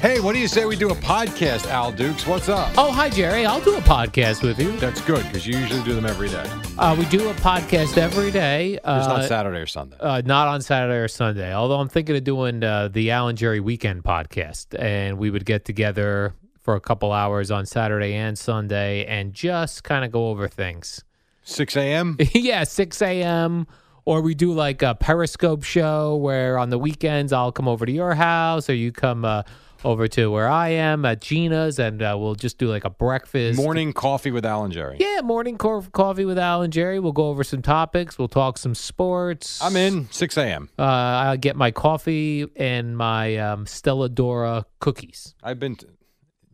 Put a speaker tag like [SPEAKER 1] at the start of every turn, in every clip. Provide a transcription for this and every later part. [SPEAKER 1] Hey, what do you say we do a podcast, Al Dukes? What's up?
[SPEAKER 2] Oh, hi, Jerry. I'll do a podcast with you.
[SPEAKER 1] That's good because you usually do them every day. It's
[SPEAKER 2] Uh, we do a podcast every day. Uh,
[SPEAKER 1] not Saturday or Sunday.
[SPEAKER 2] uh, not on Saturday or Sunday. Although I'm thinking of doing uh, the Alan Jerry Weekend podcast, and we would get together for a couple hours on Saturday and Sunday, and just kind of go over things.
[SPEAKER 1] 6 a.m.
[SPEAKER 2] yeah, 6 a.m. Or we do like a Periscope show where on the weekends I'll come over to your house or you come uh, over to where I am at Gina's and uh, we'll just do like a breakfast.
[SPEAKER 1] Morning coffee with Al and Jerry.
[SPEAKER 2] Yeah, morning co- coffee with Al and Jerry. We'll go over some topics. We'll talk some sports.
[SPEAKER 1] I'm in 6 a.m.
[SPEAKER 2] Uh, I'll get my coffee and my um, Stella Dora cookies.
[SPEAKER 1] I've been. T-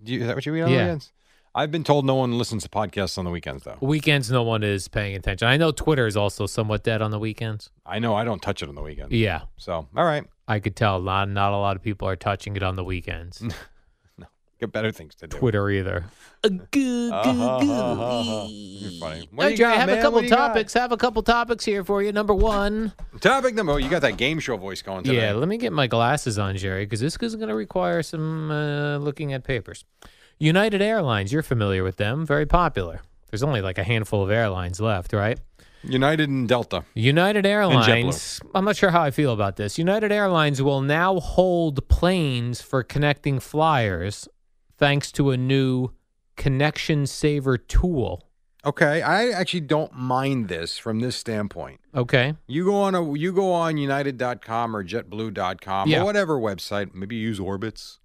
[SPEAKER 1] do you, is that what you eat on
[SPEAKER 2] Yeah.
[SPEAKER 1] the weekends? I've been told no one listens to podcasts on the weekends, though.
[SPEAKER 2] Weekends, no one is paying attention. I know Twitter is also somewhat dead on the weekends.
[SPEAKER 1] I know I don't touch it on the weekends.
[SPEAKER 2] Yeah,
[SPEAKER 1] So, all right.
[SPEAKER 2] I could tell not, not a lot of people are touching it on the weekends.
[SPEAKER 1] Get better things to do. Ah,
[SPEAKER 2] Twitter either.
[SPEAKER 1] You're funny. What
[SPEAKER 2] All
[SPEAKER 1] do
[SPEAKER 2] right, Jerry,
[SPEAKER 1] you got,
[SPEAKER 2] have
[SPEAKER 1] man?
[SPEAKER 2] a
[SPEAKER 1] What
[SPEAKER 2] couple
[SPEAKER 1] do you got?
[SPEAKER 2] topics. Have a couple topics here for you. Number one.
[SPEAKER 1] Topic number. oh, You got that game show voice going today.
[SPEAKER 2] Yeah, let me get my glasses on, Jerry, because this is going to require some uh, looking at papers. United Airlines, you're familiar with them, very popular. There's only like a handful of airlines left, right?
[SPEAKER 1] United and Delta.
[SPEAKER 2] United
[SPEAKER 1] JetBlue.
[SPEAKER 2] Airlines, I'm not sure how I feel about this. United Airlines will now hold planes for connecting flyers thanks to a new connection saver tool.
[SPEAKER 1] Okay, I actually don't mind this from this standpoint.
[SPEAKER 2] Okay.
[SPEAKER 1] You go on a you go on united.com or jetblue.com
[SPEAKER 2] Yeah.
[SPEAKER 1] or whatever website, maybe use Orbitz.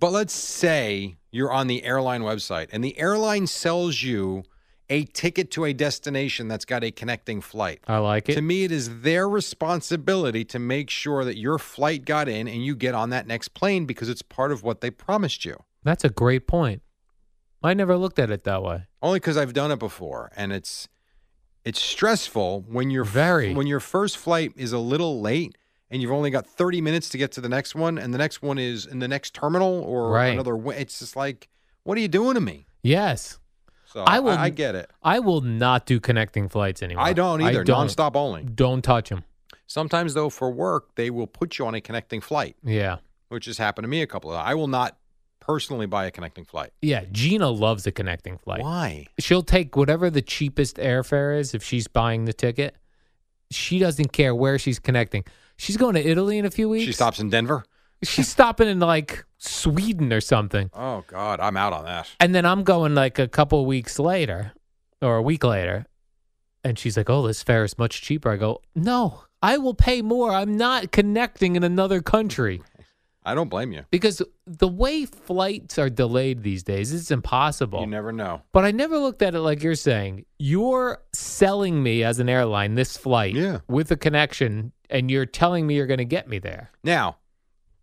[SPEAKER 1] But let's say you're on the airline website and the airline sells you a ticket to a destination that's got a connecting flight.
[SPEAKER 2] I like it.
[SPEAKER 1] to me it is their responsibility to make sure that your flight got in and you get on that next plane because it's part of what they promised you.
[SPEAKER 2] That's a great point. I never looked at it that way.
[SPEAKER 1] only because I've done it before, and it's it's stressful when your f-
[SPEAKER 2] Very.
[SPEAKER 1] when your first flight is a little late and you've only got 30 minutes to get to the next one, and the next one is in the next terminal or
[SPEAKER 2] Right.
[SPEAKER 1] another. wi- It's just like, what are you doing to me?
[SPEAKER 2] Yes.
[SPEAKER 1] So
[SPEAKER 2] I
[SPEAKER 1] I,
[SPEAKER 2] will-
[SPEAKER 1] I, get it.
[SPEAKER 2] I will not do connecting flights anymore.
[SPEAKER 1] I don't either.
[SPEAKER 2] don't.
[SPEAKER 1] Nonstop only.
[SPEAKER 2] Don't touch them.
[SPEAKER 1] Sometimes though, for work, they will put you on a connecting flight,
[SPEAKER 2] Yeah.
[SPEAKER 1] which has happened to me a couple of. I will not personally buy a connecting flight.
[SPEAKER 2] Yeah. Gina loves a connecting flight.
[SPEAKER 1] Why?
[SPEAKER 2] She'll take whatever the cheapest airfare is if she's buying the ticket. She doesn't care where she's connecting. She's going to Italy in a few weeks.
[SPEAKER 1] She stops in Denver.
[SPEAKER 2] She's stopping in like Sweden or something.
[SPEAKER 1] Oh God, I'm out on that.
[SPEAKER 2] And then I'm going like a couple weeks later or a week later. And she's like, oh, this fare is much cheaper. I go, no, I will pay more. I'm not connecting in another country.
[SPEAKER 1] I don't blame you.
[SPEAKER 2] because the way flights are delayed these days, it's impossible.
[SPEAKER 1] You never know.
[SPEAKER 2] but I never looked at it like you're saying. You're selling me as an airline this flight
[SPEAKER 1] Yeah.
[SPEAKER 2] with a connection, and you're telling me you're going to get me there.
[SPEAKER 1] Now,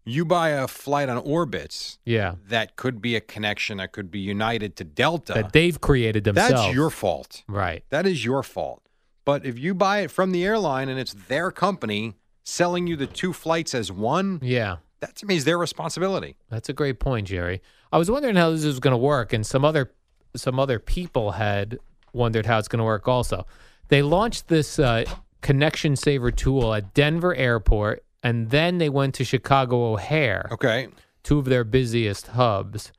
[SPEAKER 1] you buy a flight on Orbitz
[SPEAKER 2] Yeah,
[SPEAKER 1] that could be a connection that could be united to Delta.
[SPEAKER 2] that they've created
[SPEAKER 1] that's
[SPEAKER 2] themselves.
[SPEAKER 1] your fault.
[SPEAKER 2] right.
[SPEAKER 1] That is your fault. But if you buy it from the airline and it's their company selling you the two flights as one,
[SPEAKER 2] Yeah,
[SPEAKER 1] that to me is their responsibility.
[SPEAKER 2] that's a great point, Jerry. I was wondering how this was going to work, and some other some other people had wondered how it's going to work. Also, they launched this uh, connection saver tool at Denver Airport, and then they went to Chicago O'Hare.
[SPEAKER 1] Okay.
[SPEAKER 2] two of their busiest hubs.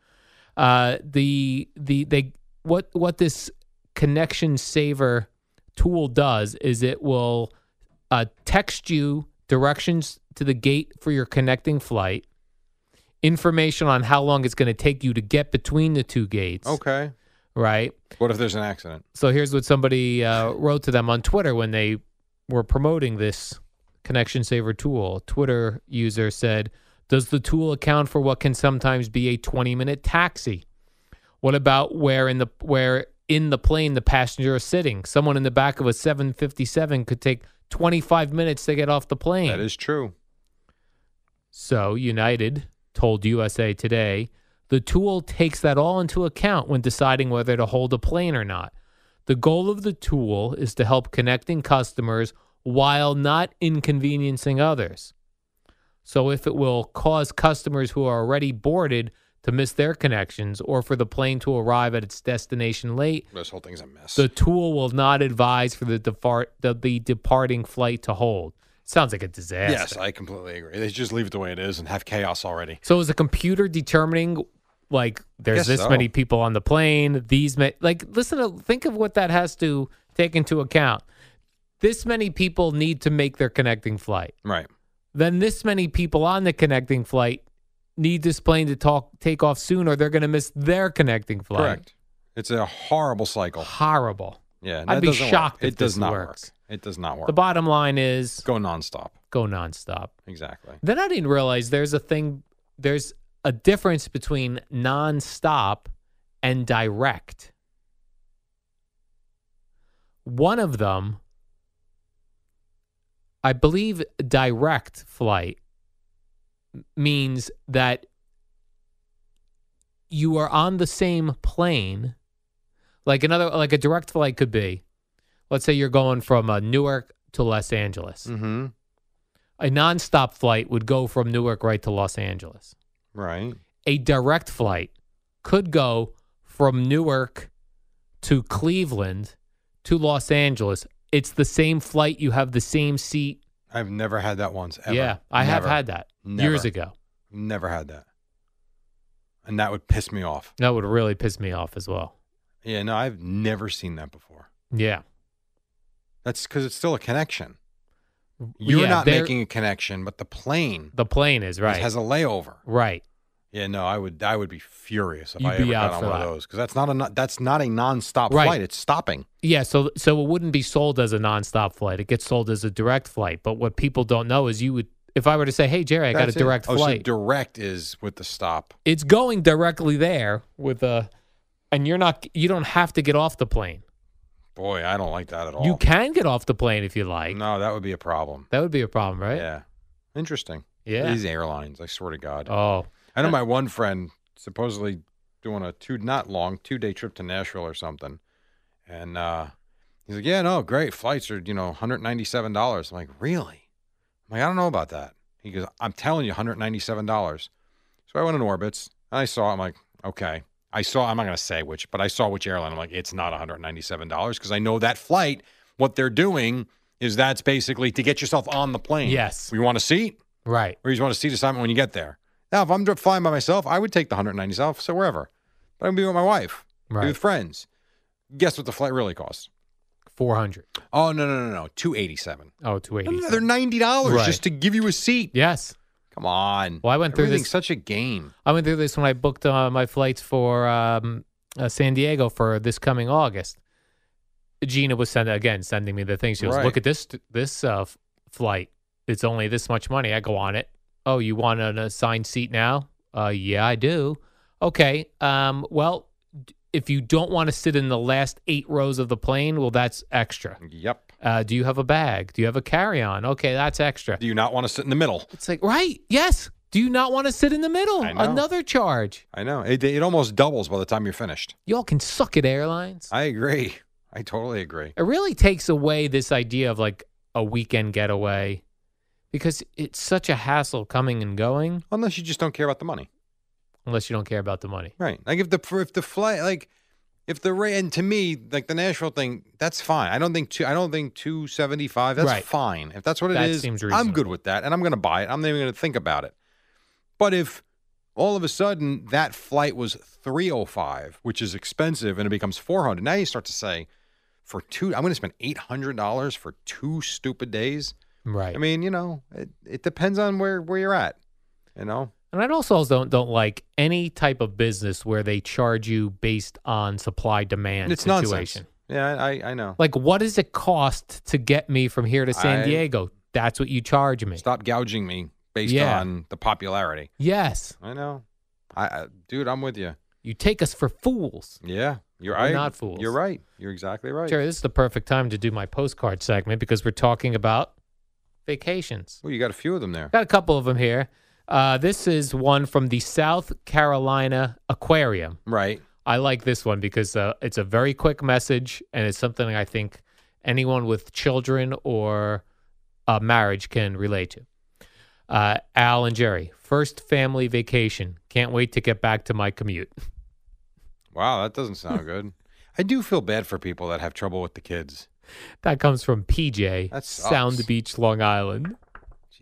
[SPEAKER 2] Uh, the the they what what this connection saver tool does is it will uh, text you directions to the gate for your connecting flight, information on how long it's going to take you to get between the two gates.
[SPEAKER 1] Okay.
[SPEAKER 2] Right.
[SPEAKER 1] What if there's an accident?
[SPEAKER 2] So here's what somebody uh, wrote to them on Twitter when they were promoting this connection saver tool. Twitter user said, "Does the tool account for what can sometimes be a 20-minute taxi? What about where in the where in the plane the passenger is sitting? Someone in the back of a 757 could take 25 minutes to get off the plane."
[SPEAKER 1] That is true.
[SPEAKER 2] So United told USA Today the tool takes that all into account when deciding whether to hold a plane or not. The goal of the tool is to help connecting customers while not inconveniencing others. So if it will cause customers who are already boarded to miss their connections or for the plane to arrive at its destination late,
[SPEAKER 1] This whole thing's a mess.
[SPEAKER 2] the tool will not advise for the depart the, the departing flight to hold. Sounds like a disaster.
[SPEAKER 1] yes, I completely agree. They should just leave it the way it is and have chaos already.
[SPEAKER 2] So is a computer determining like there's
[SPEAKER 1] guess
[SPEAKER 2] this
[SPEAKER 1] so.
[SPEAKER 2] many people on the plane, these ma- like listen to think of what that has to take into account. This many people need to make their connecting flight.
[SPEAKER 1] Right.
[SPEAKER 2] Then this many people on the connecting flight need this plane to talk take off soon or they're going to miss their connecting flight.
[SPEAKER 1] Correct. It's a horrible cycle.
[SPEAKER 2] Horrible.
[SPEAKER 1] Yeah.
[SPEAKER 2] I'd
[SPEAKER 1] that
[SPEAKER 2] be
[SPEAKER 1] doesn't work.
[SPEAKER 2] shocked if
[SPEAKER 1] It does
[SPEAKER 2] this
[SPEAKER 1] not
[SPEAKER 2] works.
[SPEAKER 1] work. It does not work.
[SPEAKER 2] The bottom line is
[SPEAKER 1] Go nonstop.
[SPEAKER 2] go nonstop.
[SPEAKER 1] Exactly.
[SPEAKER 2] Then I didn't realize there's a thing there's a difference between nonstop and direct. One of them I believe direct flight means that you are on the same plane. Like another like a direct flight could be let's say you're going from uh, Newark to Los Angeles
[SPEAKER 1] Mm-hmm.
[SPEAKER 2] a nonstop flight would go from Newark right to Los Angeles.
[SPEAKER 1] Right.
[SPEAKER 2] A direct flight could go from Newark to Cleveland to Los Angeles. It's the same flight. You have the same seat.
[SPEAKER 1] I've never had that once. Ever.
[SPEAKER 2] Yeah, I have
[SPEAKER 1] Never.
[SPEAKER 2] had that years
[SPEAKER 1] Never.
[SPEAKER 2] ago.
[SPEAKER 1] Never had that. And that would piss me off.
[SPEAKER 2] That would really piss me off as well.
[SPEAKER 1] Yeah, no, I've never seen that before.
[SPEAKER 2] Yeah,
[SPEAKER 1] That's because it's still a connection. You're
[SPEAKER 2] Yeah,
[SPEAKER 1] not
[SPEAKER 2] they're-
[SPEAKER 1] making a connection, but the plane
[SPEAKER 2] the plane is right.
[SPEAKER 1] has a layover.
[SPEAKER 2] right.
[SPEAKER 1] Yeah, no, I would I would be furious if
[SPEAKER 2] You'd
[SPEAKER 1] I ever
[SPEAKER 2] be out
[SPEAKER 1] got on
[SPEAKER 2] for
[SPEAKER 1] one
[SPEAKER 2] that.
[SPEAKER 1] of those because that's not a non- that's not a nonstop
[SPEAKER 2] Right.
[SPEAKER 1] flight. It's stopping.
[SPEAKER 2] Yeah, so so it wouldn't be sold as a nonstop flight. It gets sold as a direct flight. But what people don't know is you would if I were to say, "Hey Jerry, I
[SPEAKER 1] That's
[SPEAKER 2] got
[SPEAKER 1] it.
[SPEAKER 2] a direct
[SPEAKER 1] oh, so
[SPEAKER 2] flight."
[SPEAKER 1] direct is with the stop.
[SPEAKER 2] it's going directly there with a and you're not you don't have to get off the plane
[SPEAKER 1] Boy, I don't like that at all.
[SPEAKER 2] you can get off the plane if you like
[SPEAKER 1] No, that would be a problem.
[SPEAKER 2] that would be a problem right
[SPEAKER 1] Yeah, interesting.
[SPEAKER 2] Yeah.
[SPEAKER 1] these airlines. I swear to God.
[SPEAKER 2] oh
[SPEAKER 1] I know my one friend supposedly doing a two not long two day trip to Nashville or something, and uh, he's like, "Yeah, no, great flights are you know 197 dollars." I'm like, "Really?" I'm like, "I don't know about that." He goes, "I'm telling you, 197 dollars." So I went in orbits and I saw. I'm like, "Okay." I saw. I'm not gonna say which, but I saw which airline. I'm like, "It's not 197 dollars because I know that flight. What they're doing is that's basically to get yourself on the plane.
[SPEAKER 2] Yes.
[SPEAKER 1] we want a seat
[SPEAKER 2] right
[SPEAKER 1] or you just want a seat assignment when you get there. Now, if I'm dri- flying by myself, I would take the 190 south, so wherever. But I'm gonna be with my wife, be
[SPEAKER 2] right
[SPEAKER 1] with friends. Guess what the flight really costs?
[SPEAKER 2] 400
[SPEAKER 1] Oh no no no no, 287.
[SPEAKER 2] oh 280
[SPEAKER 1] Another 90 dollars
[SPEAKER 2] Right.
[SPEAKER 1] just to give you a seat.
[SPEAKER 2] yes
[SPEAKER 1] Come on.
[SPEAKER 2] Well, I went through
[SPEAKER 1] Everything's
[SPEAKER 2] this-
[SPEAKER 1] such a game.
[SPEAKER 2] i went through this when i booked uh, my flights for um, uh, san diego for this coming august gina was sending again sending me the thing she was
[SPEAKER 1] Right.
[SPEAKER 2] look at this this uh, f- flight it's only this much money i go on it oh you want an assigned seat now uh, yeah i do Okay. Um, well, d- if you don't want to sit in the last eight rows of the plane, well, that's extra.
[SPEAKER 1] Yep.
[SPEAKER 2] Uh, do you have a bag? Do you have a carry on? Okay, that's extra.
[SPEAKER 1] Do you not want to sit in the middle?
[SPEAKER 2] It's like, right. Yes. Do you not want to sit in the middle?
[SPEAKER 1] I know.
[SPEAKER 2] Another charge.
[SPEAKER 1] I know. It, it almost doubles by the time you're finished.
[SPEAKER 2] Y'all can suck at airlines.
[SPEAKER 1] I agree. I totally agree.
[SPEAKER 2] it really takes away this idea of like a weekend getaway because it's such a hassle coming and going
[SPEAKER 1] Unless you just don't care about the money.
[SPEAKER 2] unless you don't care about the money.
[SPEAKER 1] Right. Like if the if the flight like if the rate and to me like the Nashville thing that's fine. I don't think two I don't think 275 that's
[SPEAKER 2] Right.
[SPEAKER 1] fine. If that's what it
[SPEAKER 2] That
[SPEAKER 1] is,
[SPEAKER 2] seems
[SPEAKER 1] I'm
[SPEAKER 2] reasonable.
[SPEAKER 1] good with that and I'm going to buy it. I'm not even going to think about it. But if all of a sudden that oh flight was 305, which is expensive and it becomes 400. Now you start to say for two. I'm going to spend eight hundred dollars for two stupid days.
[SPEAKER 2] Right.
[SPEAKER 1] I mean, you know, it, it depends on where where you're at. You know,
[SPEAKER 2] and I also don't don't like any type of business where they charge you based on supply demand
[SPEAKER 1] it's
[SPEAKER 2] situation.
[SPEAKER 1] nonsense. Yeah, I I know.
[SPEAKER 2] Like, what does it cost to get me from here to San
[SPEAKER 1] I-
[SPEAKER 2] Diego? That's what you charge me.
[SPEAKER 1] Stop gouging me based
[SPEAKER 2] Yeah.
[SPEAKER 1] on the popularity.
[SPEAKER 2] Yes,
[SPEAKER 1] I know. I, I dude, I'm with you.
[SPEAKER 2] you take us for fools.
[SPEAKER 1] Yeah, you're
[SPEAKER 2] We're
[SPEAKER 1] I-
[SPEAKER 2] not fools.
[SPEAKER 1] You're right. You're exactly right.
[SPEAKER 2] Jerry, this is the perfect time to do my postcard segment because we're talking about vacations.
[SPEAKER 1] Well, you got a few of them there.
[SPEAKER 2] Got a couple of them here. Uh, this is one from the South Carolina Aquarium.
[SPEAKER 1] Right.
[SPEAKER 2] I like this one because uh, it's a very quick message and it's something I think anyone with children or a marriage can relate to. Uh, Al and Jerry, first family vacation. Can't wait to get back to my commute.
[SPEAKER 1] Wow, that doesn't sound good. I do feel bad for people that have trouble with the kids.
[SPEAKER 2] That comes from PJ,
[SPEAKER 1] That sucks.
[SPEAKER 2] Sound Beach, Long Island.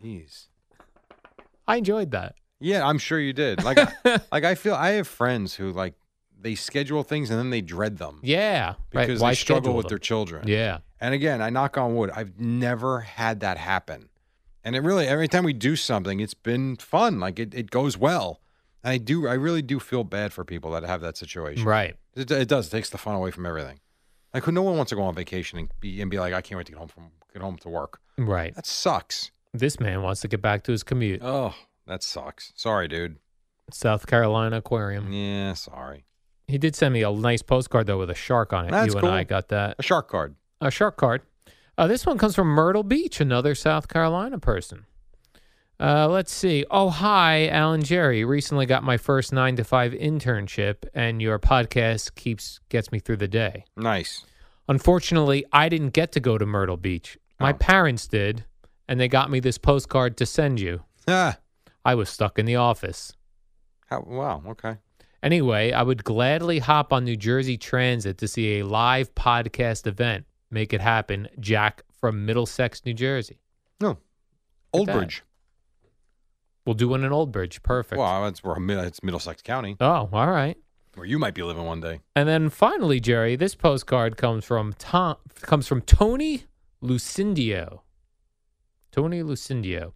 [SPEAKER 1] Jeez.
[SPEAKER 2] I enjoyed that.
[SPEAKER 1] Yeah, I'm sure you did. Like, I- like I feel I have friends who like they schedule things and then they dread them
[SPEAKER 2] Yeah. right.
[SPEAKER 1] because
[SPEAKER 2] Why
[SPEAKER 1] they struggle
[SPEAKER 2] schedule
[SPEAKER 1] with their
[SPEAKER 2] them?
[SPEAKER 1] children.
[SPEAKER 2] Yeah.
[SPEAKER 1] And again, I knock on wood. I've never had that happen. And it really every time we do something, it's been fun. Like it, it goes well. And I do I really do feel bad for people that have that situation.
[SPEAKER 2] Right.
[SPEAKER 1] It, it does. It takes the fun away from everything. Like who- no one wants to go on vacation and be and be like, I can't wait to get home from get home to work.
[SPEAKER 2] Right.
[SPEAKER 1] That sucks.
[SPEAKER 2] This man wants to get back to his commute.
[SPEAKER 1] Oh, that sucks. Sorry, dude.
[SPEAKER 2] South Carolina Aquarium.
[SPEAKER 1] Yeah, sorry.
[SPEAKER 2] He did send me a nice postcard though with a shark on it.
[SPEAKER 1] That's
[SPEAKER 2] you
[SPEAKER 1] cool.
[SPEAKER 2] and I got that.
[SPEAKER 1] A shark card.
[SPEAKER 2] a shark card. Uh, this one comes from Myrtle Beach, another South Carolina person. Uh, let's see. Oh, hi, Alan Jerry. Recently got my first nine to five internship, and your podcast keeps gets me through the day.
[SPEAKER 1] Nice.
[SPEAKER 2] Unfortunately, I didn't get to go to Myrtle Beach. My
[SPEAKER 1] Oh.
[SPEAKER 2] parents did, and they got me this postcard to send you.
[SPEAKER 1] Ah.
[SPEAKER 2] I was stuck in the office.
[SPEAKER 1] How, wow. Okay.
[SPEAKER 2] Anyway, I would gladly hop on New Jersey Transit to see a live podcast event. Make it happen, Jack from Middlesex, New Jersey.
[SPEAKER 1] No.
[SPEAKER 2] Look
[SPEAKER 1] Old
[SPEAKER 2] at
[SPEAKER 1] Bridge.
[SPEAKER 2] We'll do one in Old Bridge. Perfect.
[SPEAKER 1] Well, that's where Mid- it's Middlesex County,
[SPEAKER 2] Oh, all right.
[SPEAKER 1] where you might be living one day.
[SPEAKER 2] And then finally, Jerry, this postcard comes from Tom comes from Tony Lucindio. Tony Lucindio.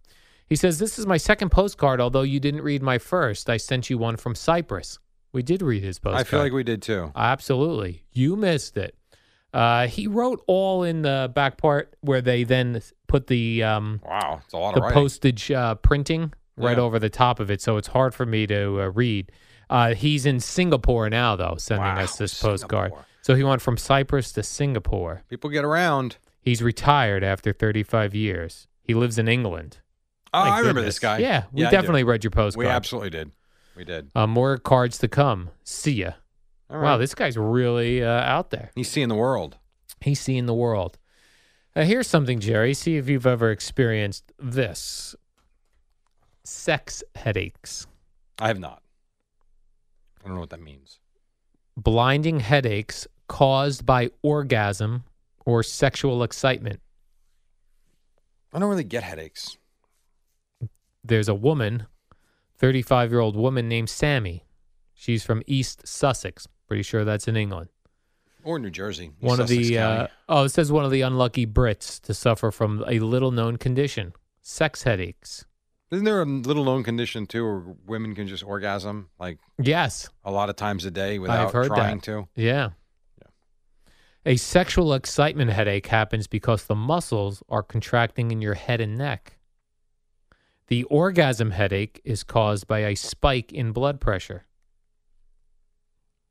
[SPEAKER 2] He says, This is my second postcard, although you didn't read my first. I sent you one from Cyprus. We did read his postcard.
[SPEAKER 1] I feel like we did too.
[SPEAKER 2] Absolutely. You missed it. Uh, he wrote all in the back part where they then put the um,
[SPEAKER 1] Wow, it's a lot
[SPEAKER 2] the
[SPEAKER 1] of writing.
[SPEAKER 2] postage uh, printing right
[SPEAKER 1] Yeah.
[SPEAKER 2] over the top of it, so it's hard for me to uh, read. Uh, he's in Singapore now, though, sending
[SPEAKER 1] Wow,
[SPEAKER 2] us this postcard.
[SPEAKER 1] Singapore.
[SPEAKER 2] So he went from Cyprus to Singapore.
[SPEAKER 1] People get around.
[SPEAKER 2] He's retired after 35 years. He lives in England.
[SPEAKER 1] Oh,
[SPEAKER 2] My
[SPEAKER 1] I remember
[SPEAKER 2] goodness.
[SPEAKER 1] this guy.
[SPEAKER 2] Yeah, we
[SPEAKER 1] I do.
[SPEAKER 2] definitely read your postcard.
[SPEAKER 1] We absolutely did. We did.
[SPEAKER 2] Uh, more cards to come. See ya.
[SPEAKER 1] All
[SPEAKER 2] Wow,
[SPEAKER 1] right.
[SPEAKER 2] this guy's really uh, out there.
[SPEAKER 1] He's seeing the world.
[SPEAKER 2] He's seeing the world. Uh, here's something, Jerry. See if you've ever experienced this sex headaches,
[SPEAKER 1] I have not. I don't know what that means.
[SPEAKER 2] blinding headaches caused by orgasm or sexual excitement.
[SPEAKER 1] I don't really get headaches.
[SPEAKER 2] There's a woman, 35 year old woman named Sammy. She's from East Sussex. Pretty sure that's in England.
[SPEAKER 1] Or New Jersey.
[SPEAKER 2] One of
[SPEAKER 1] Sussex
[SPEAKER 2] the
[SPEAKER 1] County.
[SPEAKER 2] uh, oh, it says one of the unlucky Brits to suffer from a little known condition, sex headaches.
[SPEAKER 1] Isn't there a little known condition too where women can just orgasm like
[SPEAKER 2] Yes,
[SPEAKER 1] a lot of times a day without
[SPEAKER 2] I've heard
[SPEAKER 1] trying
[SPEAKER 2] that.
[SPEAKER 1] to?
[SPEAKER 2] Yeah. A sexual excitement headache happens because the muscles are contracting in your head and neck. The orgasm headache is caused by a spike in blood pressure.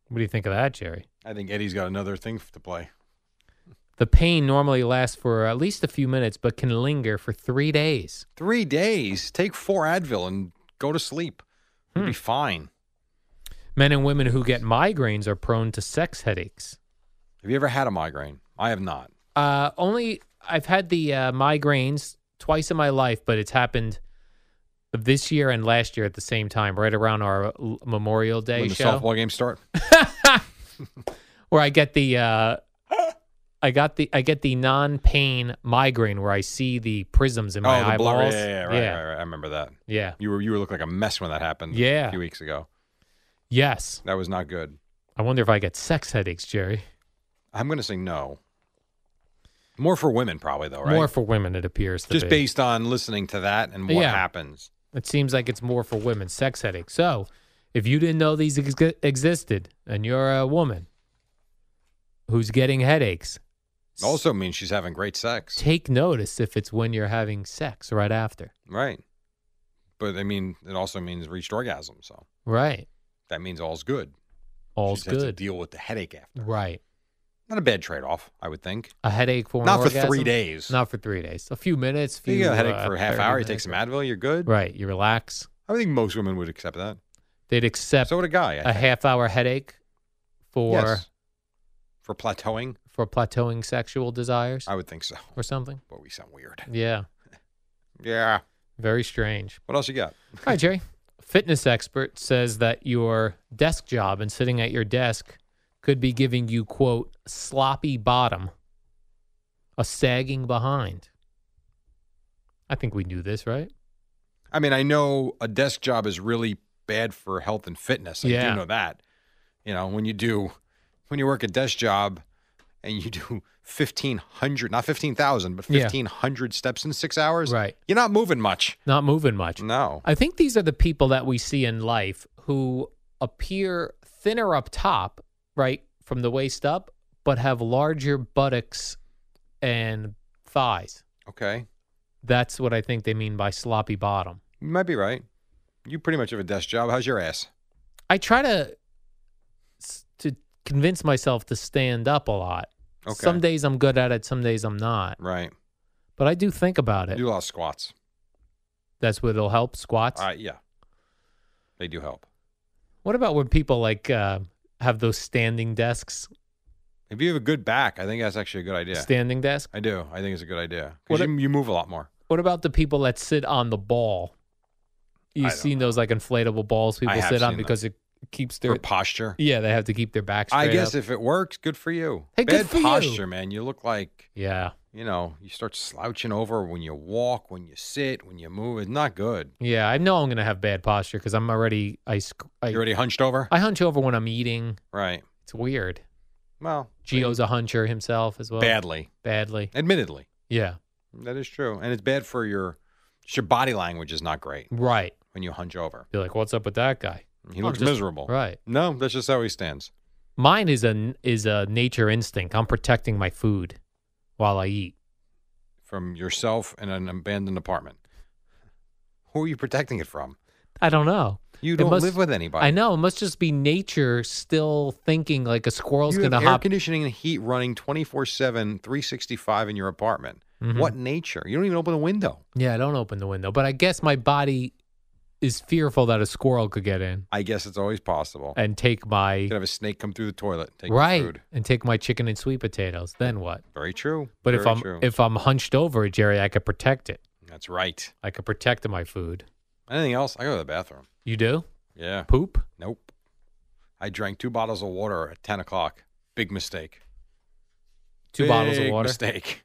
[SPEAKER 2] What do you think of that, Jerry?
[SPEAKER 1] I think Eddie's got another thing f- to play.
[SPEAKER 2] The pain normally lasts for at least a few minutes, but can linger for three days.
[SPEAKER 1] Three days. Take four Advil and go to sleep. You'll
[SPEAKER 2] Hmm.
[SPEAKER 1] be fine.
[SPEAKER 2] Men and women who get migraines are prone to sex headaches.
[SPEAKER 1] Have you ever had a migraine? I have not.
[SPEAKER 2] Uh, only I've had the uh, migraines twice in my life, but it's happened this year and last year at the same time, right around our l- Memorial Day
[SPEAKER 1] when the
[SPEAKER 2] show,
[SPEAKER 1] softball games start.
[SPEAKER 2] where I get the uh, I got the I get the non-pain migraine where I see the prisms in my
[SPEAKER 1] oh, the blur. Yeah,
[SPEAKER 2] eyeballs.
[SPEAKER 1] yeah, yeah, right,
[SPEAKER 2] yeah.
[SPEAKER 1] Right, right. I remember that.
[SPEAKER 2] yeah.
[SPEAKER 1] You were you were looking like a mess when that happened.
[SPEAKER 2] Yeah.
[SPEAKER 1] a few weeks ago.
[SPEAKER 2] Yes.
[SPEAKER 1] That was not good.
[SPEAKER 2] I wonder if I get sex headaches, Jerry.
[SPEAKER 1] I'm gonna say no. More for women, probably though, right?
[SPEAKER 2] More for women, it appears to
[SPEAKER 1] just
[SPEAKER 2] be.
[SPEAKER 1] based on listening to that and what
[SPEAKER 2] Yeah.
[SPEAKER 1] happens.
[SPEAKER 2] It seems like it's more for women, sex headaches. So, if you didn't know these ex- existed and you're a woman who's getting headaches,
[SPEAKER 1] Also means she's having great sex,
[SPEAKER 2] take notice if it's when you're having sex right after.
[SPEAKER 1] right? But I mean, it also means reached orgasm, so
[SPEAKER 2] Right.
[SPEAKER 1] that means all's good.
[SPEAKER 2] All's
[SPEAKER 1] she just has
[SPEAKER 2] good.
[SPEAKER 1] to deal with the headache after.
[SPEAKER 2] Right.
[SPEAKER 1] Not a bad trade-off, I would think.
[SPEAKER 2] A headache for an
[SPEAKER 1] Not for
[SPEAKER 2] orgasm?
[SPEAKER 1] three days.
[SPEAKER 2] Not for three days. A few minutes.
[SPEAKER 1] If you
[SPEAKER 2] Few,
[SPEAKER 1] get a headache
[SPEAKER 2] uh,
[SPEAKER 1] for a half
[SPEAKER 2] 30
[SPEAKER 1] hour, you
[SPEAKER 2] minutes.
[SPEAKER 1] take some Advil, you're good.
[SPEAKER 2] Right. You relax.
[SPEAKER 1] I think most women would accept that.
[SPEAKER 2] They'd accept
[SPEAKER 1] So would a guy. I
[SPEAKER 2] a
[SPEAKER 1] think.
[SPEAKER 2] half hour headache for
[SPEAKER 1] Yes. for plateauing,
[SPEAKER 2] for plateauing sexual desires
[SPEAKER 1] I would think so.
[SPEAKER 2] or something.
[SPEAKER 1] But we sound weird.
[SPEAKER 2] Yeah.
[SPEAKER 1] Yeah.
[SPEAKER 2] Very strange.
[SPEAKER 1] What else you got?
[SPEAKER 2] All right, Jerry. Fitness expert says that your desk job and sitting at your desk could be giving you quote sloppy bottom, a sagging behind. I think we knew this, right?
[SPEAKER 1] I mean, I know a desk job is really bad for health and fitness. I
[SPEAKER 2] Yeah.
[SPEAKER 1] do know that. You know, when you do, when you work a desk job and you do 1,500, not 15,000, but
[SPEAKER 2] Yeah.
[SPEAKER 1] 1,500 steps in six hours,
[SPEAKER 2] Right.
[SPEAKER 1] you're not moving much.
[SPEAKER 2] Not moving much.
[SPEAKER 1] No.
[SPEAKER 2] I think these are the people that we see in life who appear thinner up top, right, from the waist up, but have larger buttocks and thighs.
[SPEAKER 1] Okay.
[SPEAKER 2] That's what I think they mean by sloppy bottom.
[SPEAKER 1] You might be right. You pretty much have a desk job. How's your ass?
[SPEAKER 2] I try to s- to convince myself to stand up a lot.
[SPEAKER 1] Okay.
[SPEAKER 2] Some days I'm good at it, some days I'm not.
[SPEAKER 1] Right.
[SPEAKER 2] But I do think about
[SPEAKER 1] You
[SPEAKER 2] it.
[SPEAKER 1] do a lot of squats.
[SPEAKER 2] That's what'll help squats.
[SPEAKER 1] Uh, yeah. They do help.
[SPEAKER 2] What about when people like uh, have those standing desks?
[SPEAKER 1] If you have a good back, I think that's actually a good idea.
[SPEAKER 2] Standing desk.
[SPEAKER 1] I do. I think it's a good idea.
[SPEAKER 2] What
[SPEAKER 1] Because
[SPEAKER 2] a-
[SPEAKER 1] you, you move a lot more.
[SPEAKER 2] What about the people that sit on the ball?
[SPEAKER 1] I
[SPEAKER 2] You've
[SPEAKER 1] don't
[SPEAKER 2] seen those like inflatable balls people
[SPEAKER 1] have
[SPEAKER 2] sit on
[SPEAKER 1] seen
[SPEAKER 2] because it keeps their
[SPEAKER 1] For posture.
[SPEAKER 2] yeah they have to keep their back straight.
[SPEAKER 1] I guess
[SPEAKER 2] up.
[SPEAKER 1] if it works, good for you.
[SPEAKER 2] Hey,
[SPEAKER 1] Bad
[SPEAKER 2] good for you.
[SPEAKER 1] posture, man. You look like
[SPEAKER 2] yeah
[SPEAKER 1] you know you start slouching over when you walk, when you sit, when you move. It's not good.
[SPEAKER 2] yeah I know I'm gonna have bad posture because I'm already I, sc-
[SPEAKER 1] You're
[SPEAKER 2] I
[SPEAKER 1] already hunched over,
[SPEAKER 2] I hunch over when I'm eating.
[SPEAKER 1] right?
[SPEAKER 2] It's weird.
[SPEAKER 1] Well,
[SPEAKER 2] Gio's a huncher himself as well.
[SPEAKER 1] badly,
[SPEAKER 2] Badly.
[SPEAKER 1] admittedly,
[SPEAKER 2] Yeah.
[SPEAKER 1] that is true, and it's bad for your just your body language is not great
[SPEAKER 2] Right.
[SPEAKER 1] when you hunch over.
[SPEAKER 2] You're like, what's up with that guy?
[SPEAKER 1] He
[SPEAKER 2] I'm
[SPEAKER 1] looks
[SPEAKER 2] Oh, just-
[SPEAKER 1] miserable,
[SPEAKER 2] Right.
[SPEAKER 1] No, that's just how he stands.
[SPEAKER 2] Mine is a is a nature instinct. I'm protecting my food while I eat.
[SPEAKER 1] From yourself in an abandoned apartment. Who are you protecting it from?
[SPEAKER 2] I don't know.
[SPEAKER 1] You
[SPEAKER 2] It
[SPEAKER 1] don't
[SPEAKER 2] must-
[SPEAKER 1] live with anybody.
[SPEAKER 2] I know. It must just be nature still thinking like a squirrel's
[SPEAKER 1] you have
[SPEAKER 2] gonna
[SPEAKER 1] air
[SPEAKER 2] hop.
[SPEAKER 1] conditioning and heat running 24-7 365 in your apartment
[SPEAKER 2] Mhm.
[SPEAKER 1] what nature you don't even open a window
[SPEAKER 2] Yeah, I don't open the window, but I guess my body is fearful that a squirrel could get in
[SPEAKER 1] i guess it's always possible
[SPEAKER 2] and take my
[SPEAKER 1] you could have a snake come through the toilet and Oh. take your
[SPEAKER 2] right
[SPEAKER 1] food
[SPEAKER 2] and take my chicken and sweet potatoes. Then what?
[SPEAKER 1] very true
[SPEAKER 2] But if
[SPEAKER 1] Very
[SPEAKER 2] I'm
[SPEAKER 1] true.
[SPEAKER 2] if I'm hunched over, Jerry, I could protect it.
[SPEAKER 1] that's right
[SPEAKER 2] I could protect my food.
[SPEAKER 1] anything else i go to the bathroom
[SPEAKER 2] You do?
[SPEAKER 1] yeah
[SPEAKER 2] Poop?
[SPEAKER 1] nope i drank two bottles of water at 10 o'clock big mistake
[SPEAKER 2] Two bottles of
[SPEAKER 1] Big
[SPEAKER 2] water.
[SPEAKER 1] mistake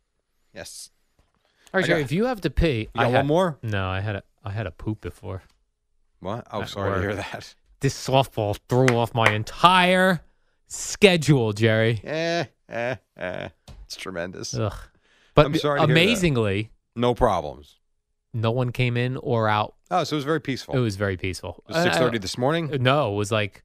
[SPEAKER 1] yes
[SPEAKER 2] All
[SPEAKER 1] I
[SPEAKER 2] right, Jerry,
[SPEAKER 1] got-
[SPEAKER 2] if you have to pee,
[SPEAKER 1] you got
[SPEAKER 2] I
[SPEAKER 1] one
[SPEAKER 2] had,
[SPEAKER 1] more
[SPEAKER 2] No, I had a I had a poop before.
[SPEAKER 1] what oh
[SPEAKER 2] That
[SPEAKER 1] sorry to hear
[SPEAKER 2] worked.
[SPEAKER 1] that
[SPEAKER 2] This softball threw off my entire schedule, Jerry.
[SPEAKER 1] eh, eh, eh. it's tremendous
[SPEAKER 2] Ugh. But
[SPEAKER 1] I'm sorry to hear that.
[SPEAKER 2] amazingly,
[SPEAKER 1] no problems
[SPEAKER 2] no one came in or out.
[SPEAKER 1] oh so it was very peaceful
[SPEAKER 2] It was very peaceful.
[SPEAKER 1] It was
[SPEAKER 2] I- I-
[SPEAKER 1] six thirty this morning.
[SPEAKER 2] No, it was like